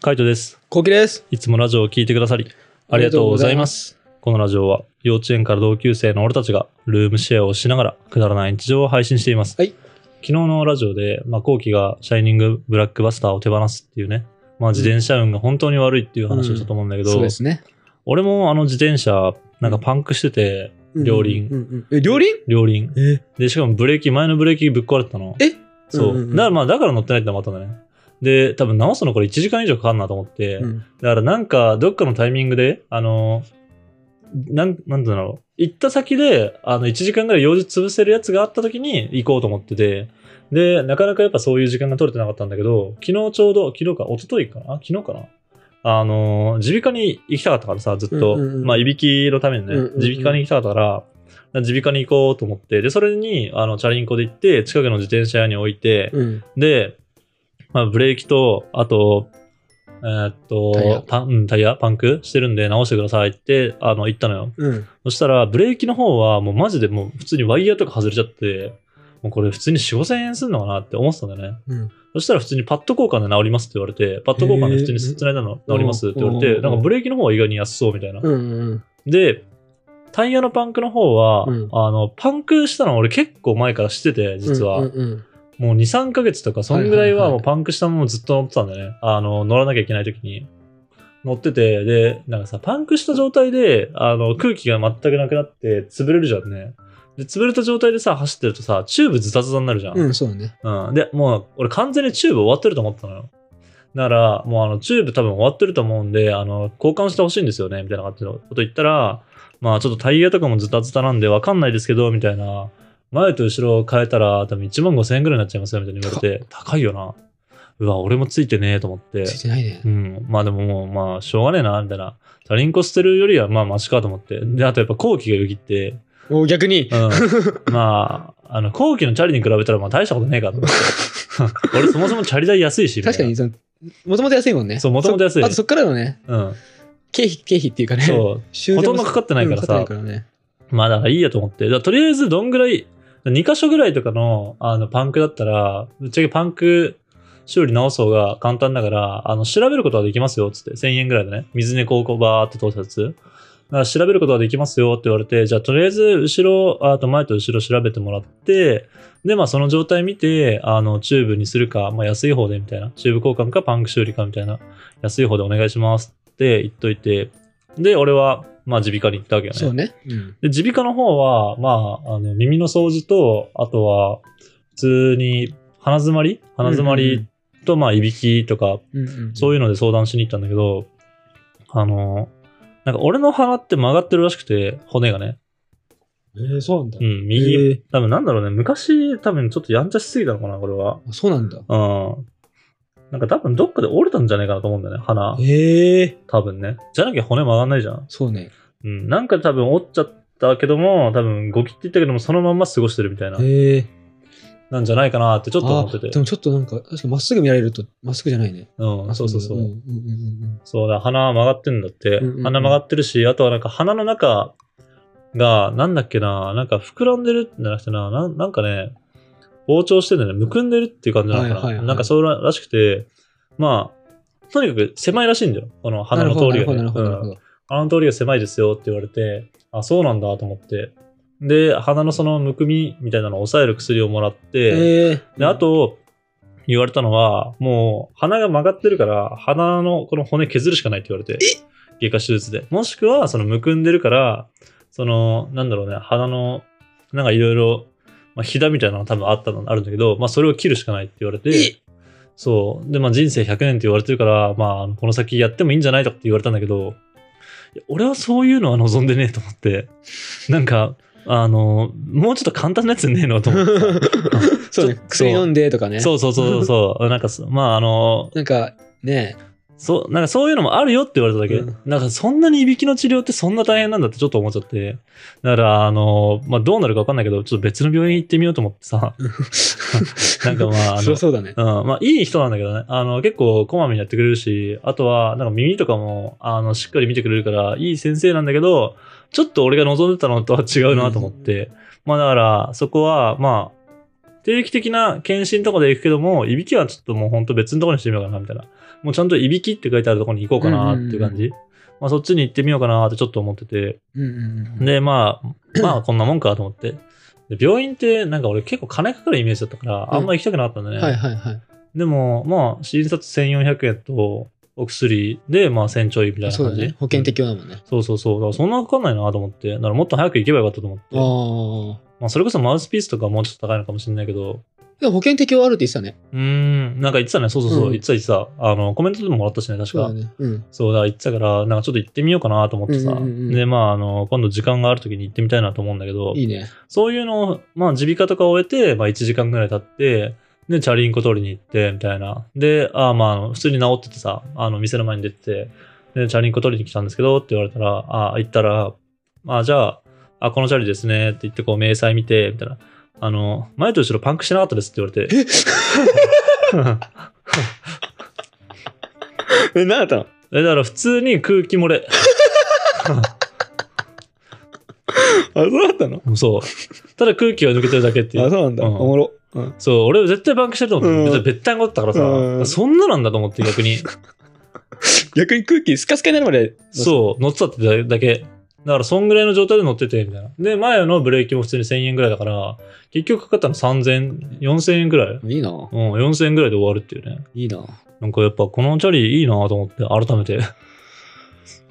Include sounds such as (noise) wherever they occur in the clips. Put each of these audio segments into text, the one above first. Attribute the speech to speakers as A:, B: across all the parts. A: カイトです。
B: コウキです。
A: いつもラジオを聞いてくださり、ありがとうございます。このラジオは、幼稚園から同級生の俺たちが、ルームシェアをしながら、くだらない日常を配信しています。
B: はい
A: 昨日のラジオで、まあ、後期が、シャイニングブラックバスターを手放すっていうね、まあ、自転車運が本当に悪いっていう話をしたと思うんだけど、
B: そうですね。
A: 俺もあの自転車、なんかパンクしてて、両輪
B: うんうんうんえ、両輪
A: 両輪。
B: え
A: で、しかもブレーキ、前のブレーキぶっ壊れてたの。
B: え
A: そう。
B: うんうんう
A: だ
B: ん
A: からまあ、だから乗ってないってのもあったんだね。で、多分直すのこれ1時間以上かかるなと思って、だからなんか、どっかのタイミングで、あの、なん、なんだろう。行った先で、あの、1時間ぐらい用事潰せるやつがあった時に行こうと思ってて、で、なかなかやっぱそういう時間が取れてなかったんだけど、昨日ちょうど、昨日か、一昨日かなあ昨日かなあの、耳鼻科に行きたかったからさ、ずっと。
B: うんうんうん
A: まあ、いびきのためにね、
B: うんうんうん
A: 耳鼻科に行きたかったから、耳鼻科に行こうと思って、で、それに、あの、チャリンコで行って、近くの自転車屋に置いて、
B: うん。
A: で、まあ、ブレーキと、あと、えーっと
B: タイヤ
A: パン、うん、タイヤパンクしてるんで直してくださいって、あの、言ったのよ。
B: うん。
A: そしたら、ブレーキの方は、もうマジでもう普通にワイヤーとか外れちゃって、もうこれ普通に4、5千円すんのかなって思ってたんだよね。
B: うん。
A: そしたら普通にパッド交換で治りますって言われて、パッド交換で普通にすつないだの治りますって言われ
B: うん
A: て、
B: うん
A: なんかブレーキの方は意外に安そうみたいな。
B: うん。
A: で、タイヤのパンクの方は、
B: うん
A: あの、パンクしたの俺結構前から知ってて、実は。
B: うんうん
A: もう2、3ヶ月とか、そんぐらい
B: はいは
A: はい
B: は
A: も
B: いう
A: パンクしたものずっと乗ってたんだよね。あの、乗らなきゃいけない時に。乗ってて、で、なんかさ、パンクした状態で、あの、空気が全くなくなって、潰れるじゃんね。で、潰れた状態でさ、走ってるとさ、チューブズタズタになるじゃん。
B: うん。うん、そうだね。
A: うん。で、もう、俺完全にチューブ終わってると思ったのよ。だから、もうあの、チューブ多分終わってると思うんで、あの、交換してほしいんですよね、みたいな感じのこと言ったら、まあ、ちょっとタイヤとかもズタズタなんでわかんないですけど、みたいな。前と後ろを変えたら、多分1万5千円ぐらいになっちゃいますよ、みたいに言われて、高いよな。うわ、俺もついてねえと思って。
B: ついてないね
A: う。ん。まあでももう、まあ、しょうがねえな、みたいな。タリンコ捨てるよりは、まあ、マシかと思って。で、あとやっぱ後期がよぎって、
B: お逆に。
A: うん、まあ、あの、後期のチャリに比べたらまあ大したことねえか
B: (laughs)
A: と思って。俺そもそもチャリ代安いし。みたいな
B: 確かに、その、もともと安いもんね。
A: そう元々安い
B: そあとそっからのね、
A: うん。
B: 経費、経費っていうかね。
A: そ
B: 修繕も。
A: ほとんどかかってないからさ
B: うんかかってないからね。
A: う。まあだからいいやと思って。だからとりあえずどんぐらい、2箇所ぐらいとかのあのパンクだったら、ぶっちゃけパンク修理直す方が簡単だから、あの、調べることはできますよ、つって。1000円ぐらいでね。水根高校バーって通したやつ。だから調べることはできますよって言われて、じゃあとりあえず後ろ、あと前と後ろ調べてもらって、で、まあその状態見て、あの、チューブにするか、まあ安い方でみたいな、チューブ交換かパンク修理かみたいな、安い方でお願いしますって言っといて、で、俺は、まあ耳鼻科に行ったわけよね。
B: そうね。うん。
A: で、耳鼻科の方は、まあ、あの耳の掃除と、あとは、普通に鼻詰まり鼻詰まりと、まあ、いびきとか、
B: うんうん。
A: そういうので相談しに行ったんだけど、あの、なんか俺の鼻って曲がってるらしくて、骨がね。
B: えーそうなんだ
A: う。ん、右。
B: えー
A: 多分なんだろうね、昔、多分ちょっとやんちゃしすぎたのかな、これは。
B: あそうなんだ。
A: うん。なんか多分どっかで折れたんじゃないかなと思うんだよね、鼻。
B: ええ。
A: 多分ね。じゃなきゃ骨曲がんないじゃん。
B: そうね。
A: うん、なんか多分折っちゃったけども、多分ゴキって言ったけども、そのまんま過ごしてるみたいな、
B: ええ。
A: なんじゃないかなってちょっと
B: あ
A: 思ってて
B: で。もちょっとなんか、確かまっすぐ見られると、まっすぐじゃないね。
A: うん、そうそうそう。
B: んんうん
A: そうだ、鼻曲がってんだって。
B: うんうんうん
A: 鼻曲がってるし、あとはなんか鼻の中が、なんだっけな、なんか膨らんでるんじゃなくてな、なんなんかね、膨張してるんだよね、むくんでるっていう感じなのかな。
B: はいはいはい
A: なんかそうららしくて、まあ、とにかく狭いらしいんだよ、この
B: うん。な
A: 鼻
B: る
A: の
B: ほど
A: 通
B: な
A: り
B: る
A: が
B: ほ
A: ね、
B: どなるほどな
A: うん
B: るほど。
A: 鼻の通りが狭いですよって言われて、あ、そうなんだと思って。で、鼻のそのむくみみたいなのを抑える薬をもらって、
B: ええ。
A: で、あ
B: (laughs)
A: と、言われたのは、もう鼻が曲がってるから、鼻のこの骨削るしかないって言われて、外科手術で。もしくは、そのむくんでるから、その、なんだろうね、鼻の、なんかいろいろ、まあ、ひだみたいなのが多分あったのあるんだけど、まあそれを切るしかないって言われて、そう。で、まあ人生100年って言われてるから、まああのこの先やってもいいんじゃないとかって言われたんだけど、いや俺はそういうのは望んでねえと思って、なんか、あの、もうちょっと簡単なやつねえのと思って。
B: そうね
A: ちょ。
B: 薬飲んでとかね。
A: そうそうそうそう
B: (laughs)
A: そう。なんかそ、まああの、
B: なんか、ね
A: そう、なんかそういうのもあるよって言われただけ。
B: うん
A: なんかそんなにいびきの治療ってそんな大変なんだってちょっと思っちゃって。だから、あの、まあどうなるかわかんないけど、ちょっと別の病院行ってみようと思って
B: (laughs)
A: さ。 (laughs) なんかまああの
B: そりゃそうだね。
A: うん、まあいい人なんだけどね。あの、結構こまめにやってくれるし、あとは、なんか耳とかも、あの、しっかり見てくれるから、いい先生なんだけど、ちょっと俺が望んでたのとは違うなと思って。まあだから、そこは、まあ、定期的な検診とかで行くけども、いびきはちょっともうほんと別のところにしてみようかな、みたいなもうちゃんといびきって書いてあるところに行こうかなっていう感じ。まあ、そっちに行ってみようかなってちょっと思ってて。
B: うんうんうん。
A: で、まあ、まあ、こんなもんかと思って。で病院って、なんか俺結構金かかるイメージだったから、あんま行きたくなかったんだね。
B: はいはいはい。
A: でも、まあ、診察1400円と、お薬で、まあ、1000ちょいみたいな
B: そう
A: 感
B: だ
A: じ。
B: ね。保険適用だもんね。
A: そうそうそう。だからそんなかかんないなと思って。だからもっと早く行けばよかったと思って。
B: ああ。
A: まあ、それこそマウスピースとかもうちょっと高いのかもしれないけど。
B: でも保険適用あるって言ってたね。
A: うーん、なんか言ってたね。そうそうそう。
B: うん
A: 言ってた言ってた。あの、コメントでももらったしね、確
B: そう
A: か。
B: だね。うん。
A: そうだ、言ってたから、なんかちょっと行ってみようかなと思ってさ。
B: うんうんうん
A: で、まあ、あの、今度時間がある時に行ってみたいなと思うんだけど、
B: いいね。
A: そういうのを、まあ、耳鼻科とか終えて、まあ、1時間ぐらい経って、で、チャリンコ取りに行って、みたいな。で、ああ、まああの、普通に治っててさ、あの、店の前に出てて、で、チャリンコ取りに来たんですけど、って言われたら、ああ、行ったら、まあ、じゃあ、あ、このチャリですね、って言って、こう、明細見て、みたいな。あの、前と後ろパンクしてなかったですって言われて。
B: え、何だったの
A: (laughs) え、だから普通に空気漏れ。
B: あ、 (laughs) そうだったの
A: そう。ただ空気が抜けてるだけってい
B: あ、
A: う。
B: そうなんだ。
A: うん
B: おもろ。うん。
A: そう、俺絶対パンクしてると思
B: うん
A: う。別にべったんこだったから
B: う
A: さ、
B: ん
A: そんななんだと思って逆に。
B: 逆に空気スカスカになるまで。
A: そう、乗ってたってだけ。だからそんぐらいの状態で乗ってて、みたいな。で、前のブレーキも普通に1000円ぐらいだから、結局かかったの3000、4000円ぐらい。
B: う。いいな。
A: うん、4000円ぐらいで終わるっていうね。
B: いいな。
A: なんかやっぱこのチャリいいなと思って、改めて。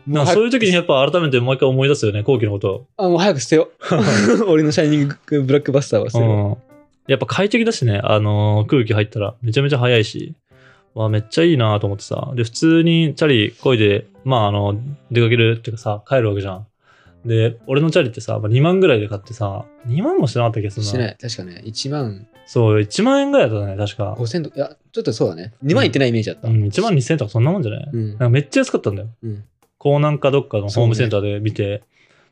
A: なんかそういう時にやっぱ改めて毎回思い出すよね、後期のこと。
B: あ、もう早く捨てよ
A: (laughs)
B: う。俺のシャイニングブラックバスターは捨てよう。
A: うん、やっぱ快適だしね、あのー空気入ったらめちゃめちゃ早いし、わめっちゃいいなと思ってさで普通にチャリこいで、まあ、あの出かけるっていうかさ帰るわけじゃんで俺のチャリってさ、まあ、2万ぐらいで買ってさ2万もしてなかったっけそん
B: して
A: な
B: ない。確かね、1万
A: そう1万円ぐらいだったね確か、
B: 5千とか、いや、ちょっとそうだね。2万いってないイメージだった。
A: うん、1万2000円とかそんなもんじゃない、
B: う
A: なんん。かめっちゃ安かったんだよ
B: うん。
A: 港南かどっかのホームセンターで見て、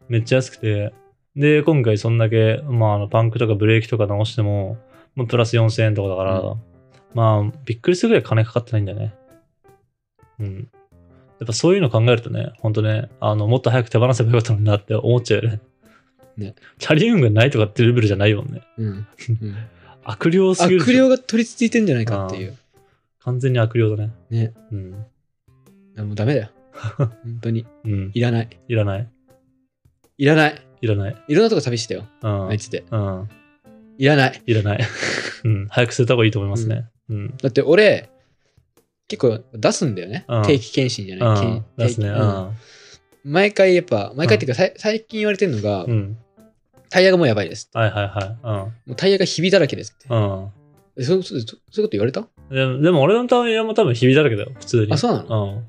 A: めっちゃ安くて、で、今回そんだけ、まあ、あのパンクとかブレーキとか直しても、まあ、プラス4000円とかだから、
B: う
A: まあ、びっくりするぐらい金かかってないんだよね。うん。やっぱそういうの考えるとね、ほんとね、あの、もっと早く手放せばよかったのになって思っちゃうよね。
B: ね。
A: チャリ運がないとかってレベルじゃないもんね。
B: うん。うん
A: 悪霊すぎる。
B: 悪霊。が取り付いてんじゃないかっていう。
A: 完全に悪霊だね。
B: ね。
A: うん。
B: いやもうダメだよ。本当に。
A: うん。
B: いらない。
A: いらない。
B: いらない。
A: いらない。
B: いろんなとこ寂してたよ。
A: うん。
B: あいつで。
A: うん。
B: いらない。
A: いらない。 (laughs) うん。早く捨てた方がいいと思いますね。うん。
B: だって俺、結構出すんだよね
A: うん。
B: 定期検診じゃ
A: う
B: ない。
A: ん。
B: 定
A: で
B: 期
A: すね。
B: う
A: うんん。
B: 毎回やっぱ、毎回っていうかさい最近言われてるのが
A: う、ん。
B: タイヤがもうやばいです。
A: はいはいは
B: もうタイヤがひびだらけですって
A: い。うん。
B: えそそそういうこと言われた
A: うん。ででも俺のタイヤも多分ひびだらけだよ、普通に。
B: あ、そうなの
A: うん。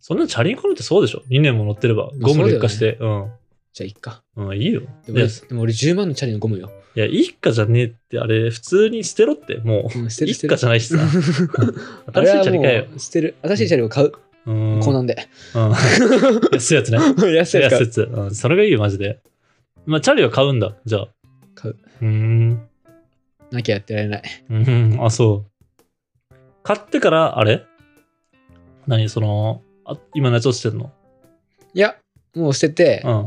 A: そんなチャリンコ乗ってそうでしょ ?2 年も乗ってれば。ゴム劣化して。うん。
B: じゃあ、いっか。
A: うん、いいよ。い
B: でも俺
A: や、い
B: でも俺10万のチャリのゴムよ。
A: や、いいかじゃねえって、あれ、普通に捨てろって、も
B: うん、捨
A: う。
B: て
A: い
B: る
A: い
B: 捨て
A: か
B: る
A: じ。ゃないしさ。
B: あ
A: 新
B: れ
A: しい
B: は
A: チャリ買えよ。
B: もう捨てる。新しいチャリを買う。
A: うん。
B: こうなんで。 (laughs)
A: うん。安いやつね。
B: 安いやつ
A: 安い
B: 買
A: やつ。うん。それがいいよ、マジで。まあ、チャリは買うんだ、じゃあ。
B: う。買う。
A: うーん。
B: なきゃやってられない。
A: うん、あ、そう。買ってから、あれ何その、あ今のやつ落ちてんの
B: いや、もう捨てて、
A: うん。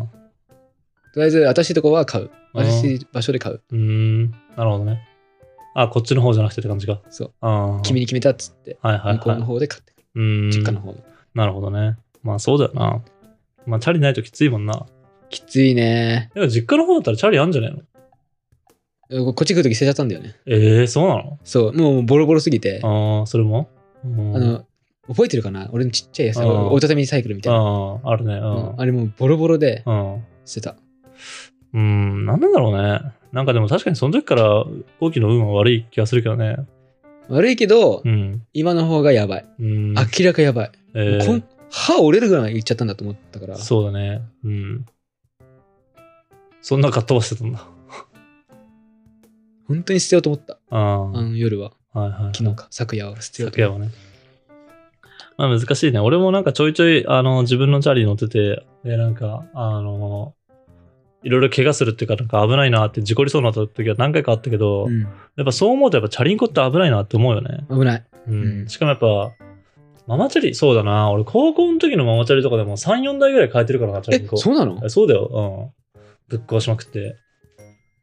B: とりあえず新しいとこは買う。
A: うん
B: 新しい場所で買う。
A: うーん、なるほどね。あ、こっちの方じゃなくてって感じか。
B: そう。
A: あー
B: 君に決めたっつって、
A: はいはい
B: 向こうの
A: は
B: 方で買って、
A: い。うーん。
B: 実家の方の。
A: なるほどね。まあそうだよな。まあチャリないときついもんな。
B: きついね。
A: でも実家の方だったらチャリあんじゃないの
B: こっち来るとき捨てちゃったんだよね。
A: ええー、そうなの
B: そう、もうボロボロすぎて、あ
A: ああ、それもうん
B: の、覚えてるかな俺のちっちゃいやつ、
A: うん
B: 折りたたみサイクルみたいな。
A: あー、あるね。
B: うんあれもうボロボロで
A: うん。うん。
B: 捨てた。
A: うん、なんなんだろうね。なんかでも確かにその時から後期の運は悪い気がするけどね。
B: 悪いけど、
A: うん。
B: 今の方がやばい。
A: うん。
B: 明らかやばい。
A: え
B: もう
A: ー
B: こん歯折れるぐらいまでいっちゃったんだと思ったから。
A: そうだね。うん。そんなかっ飛ばしてたんだ。
B: 本当に捨てようと思った。
A: ああ、は
B: あの夜は、
A: いはいはい。
B: 昨日か、昨夜は捨てよう
A: 昨
B: と思っ
A: 夜はね。まあ難しいね。俺もなんかちょいちょい、あの、自分のチャリ乗ってて、で、なんか、あの、いろいろ怪我するっていうか、なんか危ないなって、事故りそうになった時は何回かあったけど、
B: た。
A: やっぱそう思うとやっぱチャリンコって危ないなって思うよね。
B: うん、危ない。
A: うん。
B: うん
A: しかもやっぱ、ママチャリ、そうだな。俺高校の時のママチャリとかでも3、4台ぐらい変えてるからな、チャリ
B: え
A: ンコ。、
B: そうなの
A: えそうだよ。うん。ぶっ壊しまくって。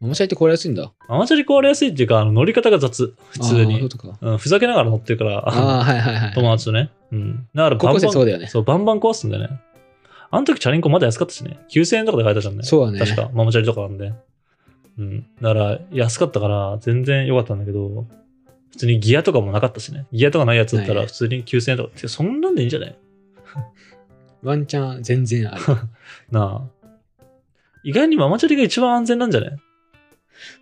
B: ママチャリって壊れやすいんだ。
A: ママチャリ壊れやすいっていうか、あの乗り方が雑。普通
B: あーそうい
A: に
B: う。ことか。
A: うん、ふざけながら乗ってるから、
B: ああ、はいはいはい。
A: 友達とね。うん。だから
B: 高
A: バン
B: 校
A: バ
B: 生
A: ン、
B: そうだよね。
A: そう、バンバン壊すんだよね。あの時チャリンコまだ安かったしね。9000円とかで買えたじゃんね。
B: そうだね。
A: 確か、ママチャリとかなんで。うん。だから、安かったから、全然良かったんだけど、普通にギアとかもなかったしね。ギアとかないやつだった
B: ない
A: ら、
B: ね
A: 普通に9000円とか、てかそんなんでいいんじゃない
B: ワンチャン全然ある。
A: (laughs) なあ。意外にママチャリが一番安全なんじゃない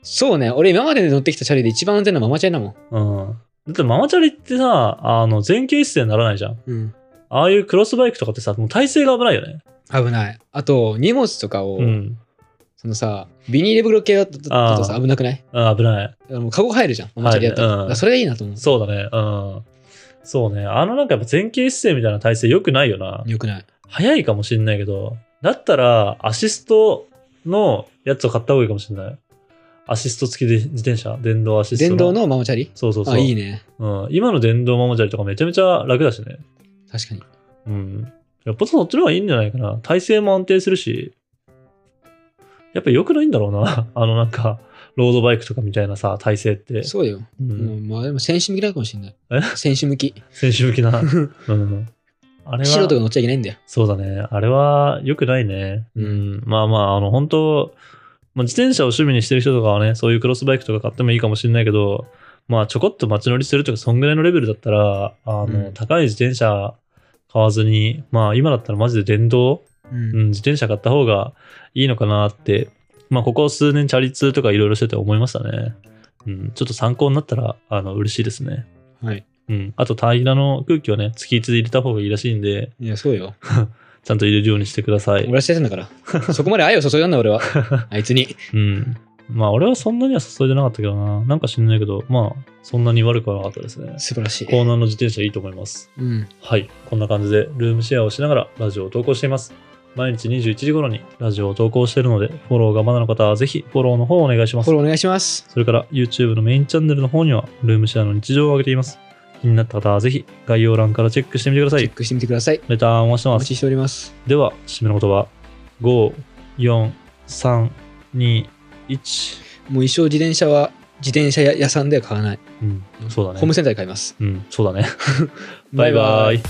B: そうね。俺今まで乗ってきたチャリで一番安全なママチャリだも
A: う
B: ん。
A: ん。だってママチャリってさ、あの、前傾姿勢にならないじゃん。
B: うん。
A: ああいうクロスバイクとかってさ、もう体勢が危ないよね。
B: 危ない。あと、荷物とかを、
A: うん。
B: そのさ、ビニール袋系だとだと
A: あ
B: さ、
A: ー
B: 危なくない
A: あ危ない。
B: あのカゴ入るじゃん、ママチャリだったら。
A: 入るうん
B: だからそれがいいなと思う。
A: そうだね。うん。そうね。あのなんかやっぱ前傾姿勢みたいな体勢良くないよな。
B: よくない。
A: 早いかもしんないけど、だったらアシストのやつを買った方がいいかもしんない。アシスト付きで自転車、電動アシスト
B: 電動のママチャリ
A: そうそうそう。
B: あ、いいね。
A: うん、今の電動ママチャリとかめちゃめちゃ楽だしね。
B: 確かに。
A: うん。やっぱそっちの方がいいんじゃないかな。体勢も安定するし、やっぱ良くないんだろうな。 (laughs) あのなんか、ロードバイクとかみたいなさ、体勢って。
B: そうだよ。
A: う。
B: うんん、まあでも選手向きなのかもしれない。
A: え
B: 選手向き。
A: 選手向
B: (laughs)
A: きな。うん。あれは。
B: 白とか乗っちゃいけないんだよ。
A: そうだね。あれは良くないね。う
B: うん
A: ん。まあまあ、あの、本当まあ、自転車を趣味にしてる人とかはね、そういうクロスバイクとか買ってもいいかもしれないけど、まあ、ちょこっと街乗りするとか、そんぐらいのレベルだったら、あの、
B: うん
A: 高い自転車買わずに、まあ、今だったらマジで電動、う
B: う。
A: んん、自転車買った方がいいのかなって、まあ、ここ数年チャリ通とかいろいろしてて思いましたね。うん、ちょっと参考になったら、あの、嬉しいですね。
B: はい。
A: うん。あと、タイヤの空気をね、月1で入れた方がいいらしいんで、
B: いや、そうよ。
A: ちゃんと入れるようにしてください。
B: 俺はしてたんだ
A: (laughs)
B: から。そこまで愛を注いだんだ、俺は。あいつに。
A: うん。まあ、俺はそんなには注いでなかったけどな。なんか知んないけど、まあ、そんなに悪くはなかったですね。
B: 素晴らしい。
A: コーナーの自転車いいと思います。
B: うん。
A: はい。こんな感じで、ルームシェアをしながらラジオを投稿しています。毎日21時頃にラジオを投稿しているので、フォローがまだの方はぜひフォローの方をお願いしま
B: フ
A: す
B: ォ。ローお願いします。
A: それから YouTube のメインチャンネルの方には、ルームシェアの日常を上げています。気になった方はぜひ概要欄からチェックしてみてくださ
B: チェ
A: い
B: ッ。クしてみてください。
A: レターお待ちして
B: お
A: ます
B: 待。ちしております。
A: では、締めの言葉。5、4、3、2、1。
B: もう一生自転車は自転車屋さんでは買わない。
A: うん、そうだね。
B: ホームセンターで買います。
A: うん、そうだね。バイバイ。